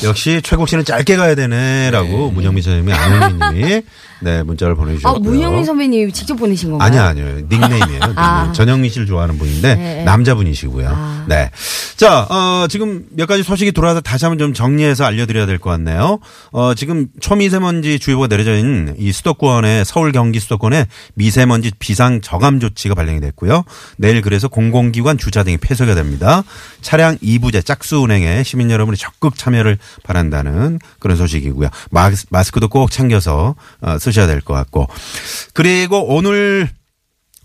[SPEAKER 3] 역시 최국 씨는 짧게 가야 되네라고 문영민 선생님이 안영민님이 네 문자를
[SPEAKER 4] 아
[SPEAKER 3] 보내주셨고요.
[SPEAKER 4] 문영민 선배님 직접 보내신 건가요?
[SPEAKER 3] 아니요, 아니요. 닉네임이에요. 닉네임. 전영민 씨를 좋아하는 분인데
[SPEAKER 4] 네. 아.
[SPEAKER 3] 남자분이시고요. 네. 자, 어, 지금 몇 가지 소식이 돌아와서 다시 한번 좀 정리해서 알려드려야 될 것 같네요. 어, 지금 초미세먼지 주의보가 내려져 있는 이 수도권에 서울 경기 수도권에 미세먼지 비상 저감 조치가 발령이 됐고요. 내일 그래서 공공기관 주차 등이 폐쇄가 됩니다. 차량 2부제 짝수 운행에 시민 여러분이 적극 참여를 바란다는 그런 소식이고요. 마스- 마스크도 꼭 챙겨서 어, 쓰셔야 될 것 같고. 그리고 오늘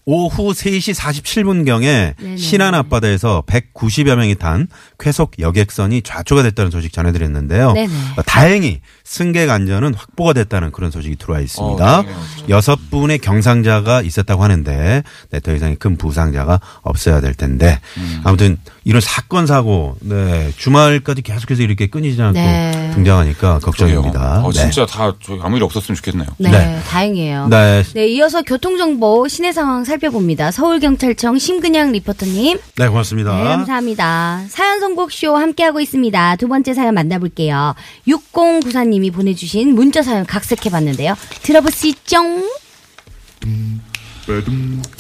[SPEAKER 3] 오후 3시 47분경에
[SPEAKER 4] 네네.
[SPEAKER 3] 신안 앞바다에서 190여 명이 탄 쾌속 여객선이 좌초가 됐다는 소식 전해드렸는데요.
[SPEAKER 4] 네네.
[SPEAKER 3] 어, 다행히 승객 안전은 확보가 됐다는 그런 소식이 들어와 있습니다. 여섯 분의 경상자가 있었다고 하는데 네, 더 이상의 큰 부상자가 없어야 될 텐데 아무튼 이런 사건 사고 네, 주말까지 계속해서 이렇게 끊이지 않고
[SPEAKER 4] 네.
[SPEAKER 3] 등장하니까 걱정입니다.
[SPEAKER 5] 어,
[SPEAKER 3] 네.
[SPEAKER 5] 진짜 다 저기 아무 일 없었으면 좋겠네요.
[SPEAKER 4] 네,
[SPEAKER 3] 네.
[SPEAKER 4] 다행이에요. 네.
[SPEAKER 3] 네,
[SPEAKER 4] 이어서 교통정보 시내 상황 살펴봅니다. 서울경찰청 심근양 리포터님.
[SPEAKER 3] 네
[SPEAKER 4] 네,
[SPEAKER 3] 고맙습니다.
[SPEAKER 4] 감사합니다. 사연 선곡쇼 함께하고 있습니다. 두 번째 사연 만나볼게요. 6094님이 보내주신 문자 사연 각색해봤는데요. 들어보시죠.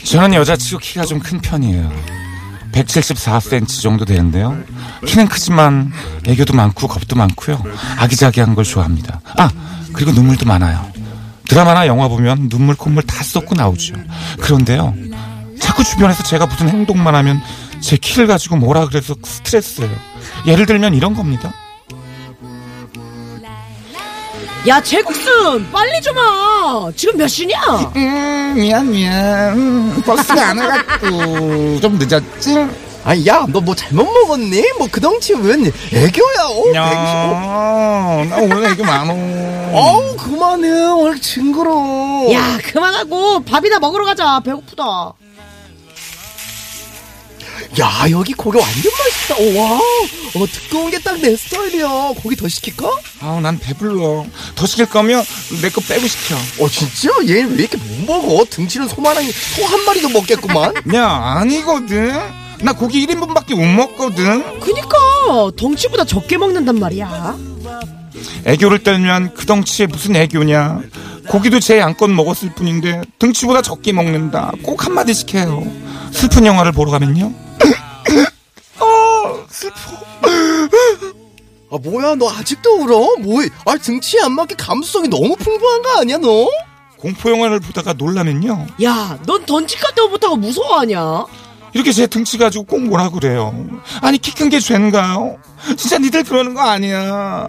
[SPEAKER 5] 저는 여자치고 키가 좀 큰 편이에요. 174cm 정도 되는데요. 키는 크지만 애교도 많고 겁도 많고요. 아기자기한 걸 좋아합니다. 아 그리고 눈물도 많아요. 드라마나 영화 보면 눈물 콧물 다 쏟고 나오죠. 그런데요. 자꾸 주변에서 제가 무슨 행동만 하면 제 키를 가지고 뭐라 그래서 스트레스예요. 예를 들면 이런 겁니다.
[SPEAKER 7] 야 최국순 빨리 좀 와. 지금 몇 시냐?
[SPEAKER 4] 어.
[SPEAKER 5] 음 미안 미안 버스가 안 와갖고 좀 늦었지?
[SPEAKER 8] 아야 너 뭐 잘못 먹었니? 뭐 그 덩치 웬 애교야? 어, 야.
[SPEAKER 5] 나 오늘 애교 많어.
[SPEAKER 8] 어우 그만해 오늘 징그러.
[SPEAKER 7] 야 그만하고 밥이나 먹으러 가자. 배고프다.
[SPEAKER 8] 야 여기 고기 완전 맛있다. 오, 와, 어 두꺼운 게 딱 내 스타일이야. 고기 더 시킬까? 어,
[SPEAKER 5] 아우 난 배불러. 더 시킬 거면 내 거 빼고 시켜.
[SPEAKER 8] 어 진짜 얘는 왜 이렇게 못 먹어? 등치는 소만하니 소 한 마리도 먹겠구만.
[SPEAKER 5] 야 아니거든. 나 고기 1인분밖에 못 먹거든.
[SPEAKER 7] 그니까 덩치보다 적게 먹는단 말이야.
[SPEAKER 5] 애교를 떨면 그 덩치에 무슨 애교냐. 고기도 제 양껏 먹었을 뿐인데 등치보다 적게 먹는다. 꼭 한마디씩 해요. 슬픈 영화를 보러 가면요.
[SPEAKER 8] 아 뭐야 너 아직도 울어? 뭐해? 아 등치에 안 맞게 감수성이 너무 풍부한 거 아니야 너?
[SPEAKER 5] 공포 영화를 보다가 놀라면요.
[SPEAKER 7] 야 넌 덩치까지도 못하고 무서워하냐?
[SPEAKER 5] 이렇게 제 등치 가지고 꼭 뭐라 그래요. 아니 키 큰 게 죄인가요? 진짜 니들 그러는 거 아니야.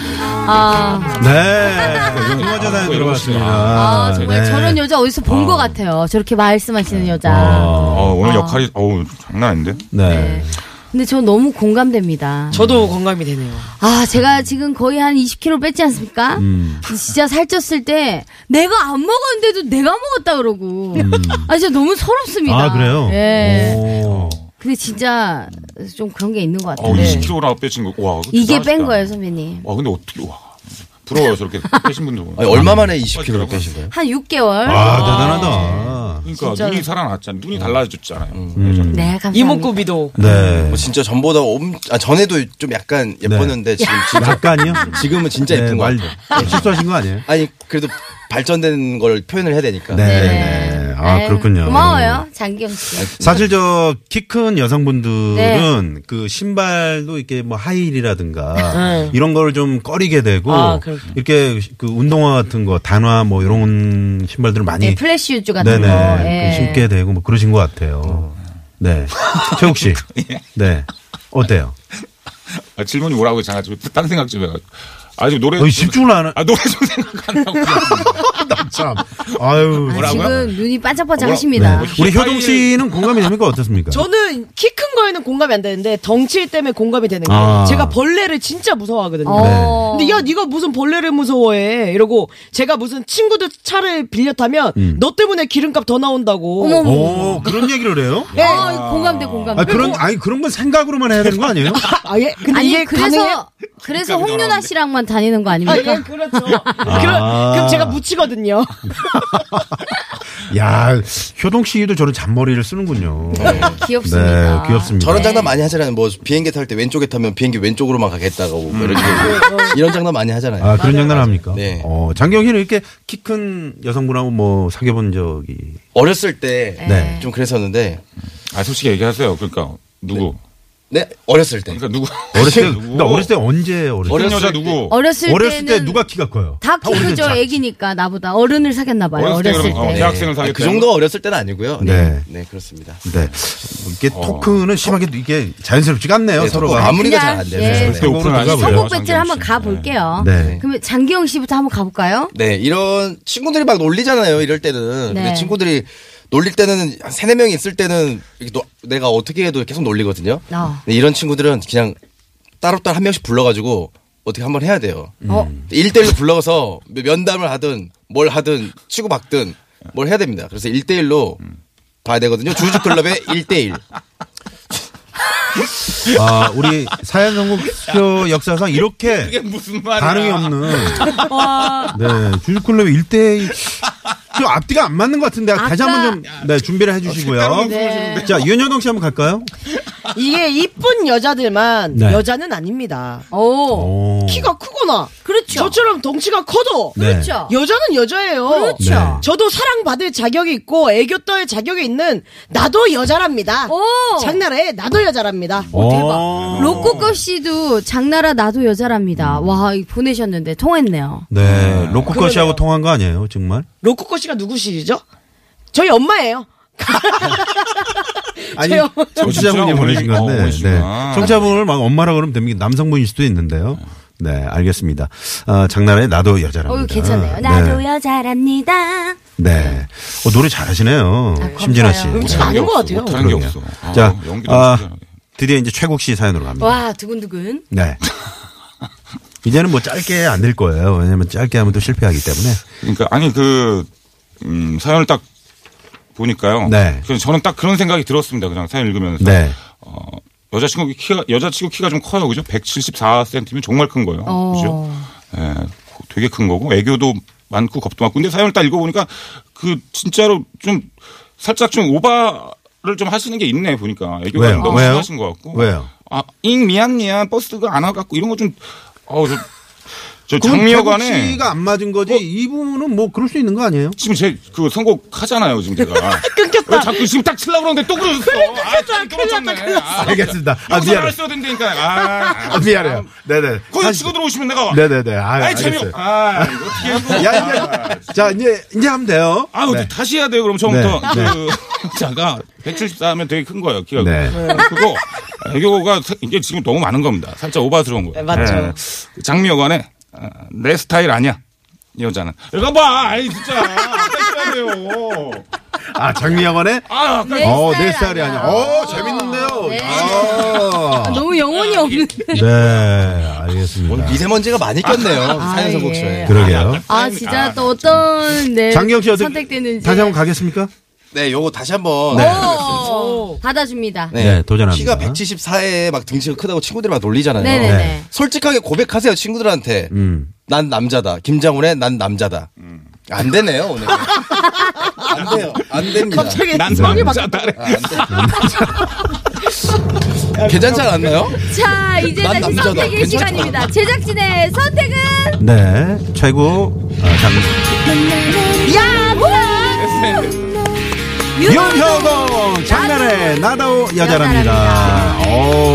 [SPEAKER 4] 아,
[SPEAKER 3] 네. 이화자 사연 들어봤습니다.
[SPEAKER 4] 아, 정말
[SPEAKER 3] 네.
[SPEAKER 4] 저런 여자 어디서 본 것 같아요. 저렇게 말씀하시는 여자.
[SPEAKER 3] 아.
[SPEAKER 5] 어,
[SPEAKER 4] 아.
[SPEAKER 5] 오늘 역할이 어우 장난 아닌데.
[SPEAKER 3] 네.
[SPEAKER 4] 근데 저 너무 공감됩니다.
[SPEAKER 7] 저도 공감이 되네요.
[SPEAKER 4] 아, 제가 지금 거의 한 20kg 뺐지 않습니까?
[SPEAKER 3] 음.
[SPEAKER 4] 진짜 살쪘을 때 내가 안 먹었는데도 내가 먹었다 그러고. 아, 진짜 너무 서럽습니다.
[SPEAKER 3] 음. 아, 그래요?
[SPEAKER 4] 예.
[SPEAKER 3] 오.
[SPEAKER 4] 근데 진짜 좀 그런 게 있는 것
[SPEAKER 5] 어,
[SPEAKER 4] 같아요.
[SPEAKER 5] 20kg나 빼친 거. 와,
[SPEAKER 3] 어,
[SPEAKER 5] 그거
[SPEAKER 4] 네. 이게
[SPEAKER 5] 대단하시다.
[SPEAKER 4] 뺀 거예요, 선배님.
[SPEAKER 5] 와, 근데 어떻게 와. 부러워요, 저렇게 빼신 분들. 보면.
[SPEAKER 8] 아니 얼마 만에 20kg 빼신 거예요?
[SPEAKER 4] 한 6개월.
[SPEAKER 3] 아, 대단하다.
[SPEAKER 5] 그러니까 눈이 살아났잖아요. 눈이 달라졌잖아요.
[SPEAKER 4] 네, 감사합니다.
[SPEAKER 7] 이목구비도
[SPEAKER 3] 네.
[SPEAKER 8] 어, 진짜 전보다 엄, 아, 전에도 좀 약간 예뻤는데 지금 진짜
[SPEAKER 3] 약간이요?
[SPEAKER 8] 지금은 진짜
[SPEAKER 3] 네,
[SPEAKER 8] 예쁜 거
[SPEAKER 3] 말-
[SPEAKER 8] 같아.
[SPEAKER 3] 실수하신 거 아니에요?
[SPEAKER 8] 아니 그래도 발전된 걸 표현을 해야 되니까.
[SPEAKER 3] 네. 네. 아,
[SPEAKER 4] 아유,
[SPEAKER 3] 그렇군요. 아,
[SPEAKER 4] 고마워요, 장기영 씨.
[SPEAKER 3] 사실 저 키 큰 여성분들은
[SPEAKER 4] 네.
[SPEAKER 3] 그 신발도 이렇게 뭐
[SPEAKER 4] 네.
[SPEAKER 3] 하이힐이라든가 이런 거를 좀 꺼리게 되고
[SPEAKER 7] 아, 그렇군요.
[SPEAKER 3] 이렇게 그 운동화 같은 거 단화 뭐 이런 신발들을 많이
[SPEAKER 4] 네, 플래시 유즈 같은
[SPEAKER 3] 네네
[SPEAKER 4] 거.
[SPEAKER 3] 그
[SPEAKER 4] 예.
[SPEAKER 3] 신게 되고 뭐 그러신 것 같아요. 네. 최욱 씨. 네. 어때요?
[SPEAKER 5] 아, 질문이 뭐라고 제가 지금 딴 생각 좀 해가지고. 아, 지금 노래.
[SPEAKER 3] 어, 집중을 어, 안 하-
[SPEAKER 5] 아, 노래 좀 생각하려고.
[SPEAKER 3] 참. 아유. 네.
[SPEAKER 4] 아,
[SPEAKER 3] 뭐라고요? 네. 뭐
[SPEAKER 4] 지금 네. 눈이 반짝반짝 하십니다.
[SPEAKER 9] 우리 효동 씨는 공감이 됩니까? 어떻습니까?
[SPEAKER 7] 저는 키 큰 거에는 공감이 안 되는데 덩치 때문에 공감이 되는 거예요.
[SPEAKER 9] 아.
[SPEAKER 7] 제가 벌레를 진짜 무서워하거든요.
[SPEAKER 4] 어.
[SPEAKER 7] 근데 야 네가 무슨 벌레를 무서워해 이러고 제가 무슨 친구들 차를 빌려 타면 너 때문에 기름값 더 나온다고.
[SPEAKER 4] 어머, 어머.
[SPEAKER 3] 오, 그런 얘기를 해요?
[SPEAKER 4] 어, 공감돼, 공감돼.
[SPEAKER 3] 아, 그런, 아니, 그런 건 생각으로만 해야 되는 거 아니에요?
[SPEAKER 7] 아 예. 근데
[SPEAKER 4] 아니
[SPEAKER 7] 이게
[SPEAKER 4] 그래서
[SPEAKER 7] 가능해?
[SPEAKER 4] 그래서 홍윤아 씨랑만 다니는 거
[SPEAKER 7] 아,
[SPEAKER 4] 아닙니까?
[SPEAKER 7] 예, 그렇죠. 그럼, 그럼 제가 묻히거든요.
[SPEAKER 3] 야, 효동 씨도 저런 잔머리를 쓰는군요.
[SPEAKER 4] 아, 귀엽습니다.
[SPEAKER 3] 네, 귀엽습니다.
[SPEAKER 8] 저런 장난 많이 하잖아요. 뭐 비행기 탈 때 왼쪽에 타면 비행기 왼쪽으로만 가겠다고 뭐 이렇게 이런 장난 많이 하잖아요.
[SPEAKER 3] 아, 그런 장난 합니까?
[SPEAKER 8] 네.
[SPEAKER 3] 어, 장경 씨는 이렇게 키 큰 여성분하고 뭐 사귀어본 적이.
[SPEAKER 8] 어렸을 때 좀
[SPEAKER 3] 네.
[SPEAKER 8] 그랬었는데
[SPEAKER 5] 아, 솔직히 얘기하세요. 그러니까, 누구?
[SPEAKER 8] 네 어렸을 때
[SPEAKER 5] 그러니까, 누구?
[SPEAKER 3] 어렸을 때,
[SPEAKER 5] 누구?
[SPEAKER 3] 그러니까 어렸을 때 언제 어렸을 때?
[SPEAKER 5] 어린
[SPEAKER 8] 어렸을
[SPEAKER 5] 여자
[SPEAKER 8] 때.
[SPEAKER 5] 누구?
[SPEAKER 4] 어렸을,
[SPEAKER 3] 어렸을 때
[SPEAKER 4] 때는
[SPEAKER 3] 누가 키가 커요?
[SPEAKER 4] 다 키우죠
[SPEAKER 3] 자-
[SPEAKER 4] 애기니까 나보다 어른을 사귀었나 봐요
[SPEAKER 5] 어렸을 때
[SPEAKER 4] 어렸을
[SPEAKER 5] 그럼, 어,
[SPEAKER 4] 때.
[SPEAKER 5] 대학생을 사귀
[SPEAKER 8] 그 정도 어렸을 때는 아니고요.
[SPEAKER 3] 네.
[SPEAKER 8] 네, 네 그렇습니다.
[SPEAKER 3] 네. 이게 토크는 심하게 이게 자연스럽지가 않네요,
[SPEAKER 8] 네,
[SPEAKER 3] 서로가.
[SPEAKER 8] 서로 아무리가
[SPEAKER 4] 그냥,
[SPEAKER 8] 잘 안 되네.
[SPEAKER 4] 예.
[SPEAKER 8] 네.
[SPEAKER 5] 그 오픈 안
[SPEAKER 3] 성공
[SPEAKER 5] 해요,
[SPEAKER 4] 선곡 배틀
[SPEAKER 5] 장경
[SPEAKER 4] 한번
[SPEAKER 5] 씨.
[SPEAKER 4] 가볼게요.
[SPEAKER 3] 네.
[SPEAKER 4] 그러면 장기영 씨부터 한번 가볼까요?
[SPEAKER 8] 네, 이런 친구들이 막 놀리잖아요. 이럴 때는
[SPEAKER 4] 네.
[SPEAKER 8] 근데 친구들이 놀릴 때는 한 세네 명이 있을 때는 이렇게 노- 내가 어떻게 해도 계속 놀리거든요.
[SPEAKER 4] 어.
[SPEAKER 8] 근데 이런 친구들은 그냥 따로따로 한 명씩 불러가지고 어떻게 한번 해야 돼요.
[SPEAKER 3] 음.
[SPEAKER 4] 어,
[SPEAKER 8] 일대일로 불러서 면담을 하든 뭘 하든 치고박든 뭘 해야 됩니다. 그래서 일대일로 봐야 되거든요. 주주클럽의 일대일
[SPEAKER 3] 아, 우리 사연 선곡쇼 역사상 이렇게
[SPEAKER 5] 네. 무슨
[SPEAKER 3] 반응이 없는. 네. 주주클럽 1대 좀 앞뒤가 안 맞는 것 같은데 다시
[SPEAKER 4] 아까-
[SPEAKER 3] 한번 좀 네, 준비를 해주시고요.
[SPEAKER 7] 네.
[SPEAKER 3] 자, 윤여동 씨 한번 갈까요?
[SPEAKER 7] 이게 이쁜 여자들만
[SPEAKER 3] 네. 어.
[SPEAKER 7] 여자는 아닙니다.
[SPEAKER 4] 오,
[SPEAKER 3] 오.
[SPEAKER 7] 키가 크거나
[SPEAKER 4] 그렇죠.
[SPEAKER 7] 저처럼 덩치가 커도
[SPEAKER 3] 네.
[SPEAKER 4] 그렇죠.
[SPEAKER 7] 여자는 여자예요.
[SPEAKER 4] 그렇죠.
[SPEAKER 3] 네.
[SPEAKER 7] 저도 사랑받을 자격이 있고 애교 떨 자격이 있는 나도 여자랍니다.
[SPEAKER 4] 오.
[SPEAKER 7] 장난해 나도 여자랍니다.
[SPEAKER 3] 오. 어.
[SPEAKER 4] 로꼬꺼 씨도 장나라 나도 여자랍니다.
[SPEAKER 3] 음.
[SPEAKER 4] 와, 이거 보내셨는데 통했네요. 어,
[SPEAKER 3] 네. 로코커 씨하고 통한 거 아니에요, 정말?
[SPEAKER 7] 로코코 씨가 누구시죠? 저희 엄마예요.
[SPEAKER 3] 아니,
[SPEAKER 7] 저요.
[SPEAKER 3] 청취자분이
[SPEAKER 5] 어,
[SPEAKER 3] 보내신
[SPEAKER 5] 어,
[SPEAKER 3] 건데.
[SPEAKER 5] 보내시구나.
[SPEAKER 3] 네. 청취자분을 막 엄마라 그러면 됩니까? 남성분일 수도 있는데요. 네, 알겠습니다. 아, 장난에 나도 여자랍니다.
[SPEAKER 4] 어, 괜찮네요.
[SPEAKER 3] 네.
[SPEAKER 4] 나도 여자랍니다.
[SPEAKER 3] 네. 어, 노래 잘하시네요. 심진아 씨.
[SPEAKER 4] 감사해요.
[SPEAKER 7] 음치 아닌 것 같아요.
[SPEAKER 5] 못하는 게
[SPEAKER 3] 그러게요.
[SPEAKER 5] 없어. 아,
[SPEAKER 3] 자,
[SPEAKER 5] 연기도
[SPEAKER 3] 아,
[SPEAKER 5] 진짜.
[SPEAKER 3] 드디어 이제 최국 씨 사연으로 갑니다.
[SPEAKER 4] 와, 두근두근.
[SPEAKER 3] 네. 이제는 뭐 짧게 안 될 거예요. 왜냐면 짧게 하면 또 실패하기 때문에.
[SPEAKER 5] 그러니까 아니 그 음, 사연을 딱 보니까요.
[SPEAKER 3] 네.
[SPEAKER 5] 그래서 저는 딱 그런 생각이 들었습니다. 그냥 사연 읽으면서.
[SPEAKER 3] 네.
[SPEAKER 5] 어, 여자친구 키가 여자친구 키가 좀 커요, 그죠? 174cm면 정말 큰 거예요,
[SPEAKER 4] 어.
[SPEAKER 5] 그죠? 예, 고- 되게 큰 거고 애교도 많고 겁도 많고. 근데 사연을 딱 읽어보니까 그 진짜로 좀 살짝 좀 오바를 좀 하시는 게 있네 보니까 애교가
[SPEAKER 3] 왜요?
[SPEAKER 5] 좀 너무
[SPEAKER 3] 왜요?
[SPEAKER 5] 심하신 것 같고.
[SPEAKER 3] 왜요?
[SPEAKER 5] 아, 잉 미안 미안 버스가 안 와갖고 이런 거 좀 어우 저, 저
[SPEAKER 3] 그건
[SPEAKER 5] 장미여관에 어?
[SPEAKER 3] 최국 씨가 안 맞은 거지. 이 부분은 뭐 그럴 수 있는 거 아니에요?
[SPEAKER 5] 지금 제 그 선곡 하잖아요 지금 제가 끊겼다 자꾸 지금 딱 칠라 그러는데 또 그러셨어 끊겼다 끊겼네
[SPEAKER 3] 알겠습니다. 아,
[SPEAKER 5] 아
[SPEAKER 3] 미안해요.
[SPEAKER 5] 미안해 써야 된다니까 아,
[SPEAKER 3] 아, 미안해요. 네네.
[SPEAKER 5] 거기
[SPEAKER 3] 다시-
[SPEAKER 5] 치고 들어오시면 내가
[SPEAKER 3] 네네네. 아유,
[SPEAKER 5] 아 재미없
[SPEAKER 3] 알겠어요.
[SPEAKER 5] 아 이거 어떻게 해야 이거.
[SPEAKER 3] 야, 이제, 자, 이제, 이제 하면 돼요.
[SPEAKER 5] 아유
[SPEAKER 3] 네.
[SPEAKER 5] 다시 해야 돼요 그럼 처음부터
[SPEAKER 3] 네, 네.
[SPEAKER 5] 그 자가 174하면 되게 큰 거예요 키가
[SPEAKER 3] 네.
[SPEAKER 5] 그거 애교가 사- 이게 지금 너무 많은 겁니다 살짝 오바스러운
[SPEAKER 4] 네,
[SPEAKER 5] 거예요
[SPEAKER 7] 네, 맞죠.
[SPEAKER 3] 네.
[SPEAKER 5] 예. 장미여관에 아, 내 스타일 아니야 이 여자는 이거 봐 아이 진짜 다시 해야 돼요
[SPEAKER 3] 아, 장미영원의?
[SPEAKER 5] 아 아까
[SPEAKER 3] 어,
[SPEAKER 4] 네, 스타일
[SPEAKER 3] 내 스타일이 아니야. 어, 재밌는데요.
[SPEAKER 4] 네.
[SPEAKER 3] 아.
[SPEAKER 4] 너무 영혼이 없는.
[SPEAKER 3] 네, 알겠습니다.
[SPEAKER 8] 미세먼지가 많이 꼈네요. 사연 선곡쇼에.
[SPEAKER 3] 그러게요.
[SPEAKER 4] 아, 진짜 또 어떤, 네.
[SPEAKER 3] 장경 씨 어떻게
[SPEAKER 4] 선택되는지.
[SPEAKER 3] 다시 한번 가겠습니까?
[SPEAKER 8] 네, 요거 다시 한번
[SPEAKER 4] 어. 오, 받아줍니다.
[SPEAKER 8] 네,
[SPEAKER 3] 네, 도전합니다.
[SPEAKER 8] 키가 174에 막 등치가 크다고 친구들이 막 놀리잖아요.
[SPEAKER 4] 네네네.
[SPEAKER 3] 네.
[SPEAKER 8] 솔직하게 고백하세요 친구들한테.
[SPEAKER 3] 음.
[SPEAKER 8] 난 남자다. 김장훈의 난 남자다. 안 되네요 오늘. 안 돼요. 음. 안 됩니다.
[SPEAKER 7] 갑자기
[SPEAKER 5] 난
[SPEAKER 7] 성이 막
[SPEAKER 5] 남자다래.
[SPEAKER 8] 아, 안 돼. 괜찮지 않았나요?
[SPEAKER 4] 자, 이제
[SPEAKER 8] 난
[SPEAKER 4] 다시
[SPEAKER 8] 남자다.
[SPEAKER 4] 선택의
[SPEAKER 8] 괜찮아.
[SPEAKER 4] 시간입니다. 제작진의 선택은?
[SPEAKER 3] 네, 최고, 아, 장,
[SPEAKER 4] 야, 뭐야! 윤효동
[SPEAKER 3] 윤효동 장난의 나다오 여자랍니다.
[SPEAKER 4] 여자랍니다. 네.
[SPEAKER 3] 오,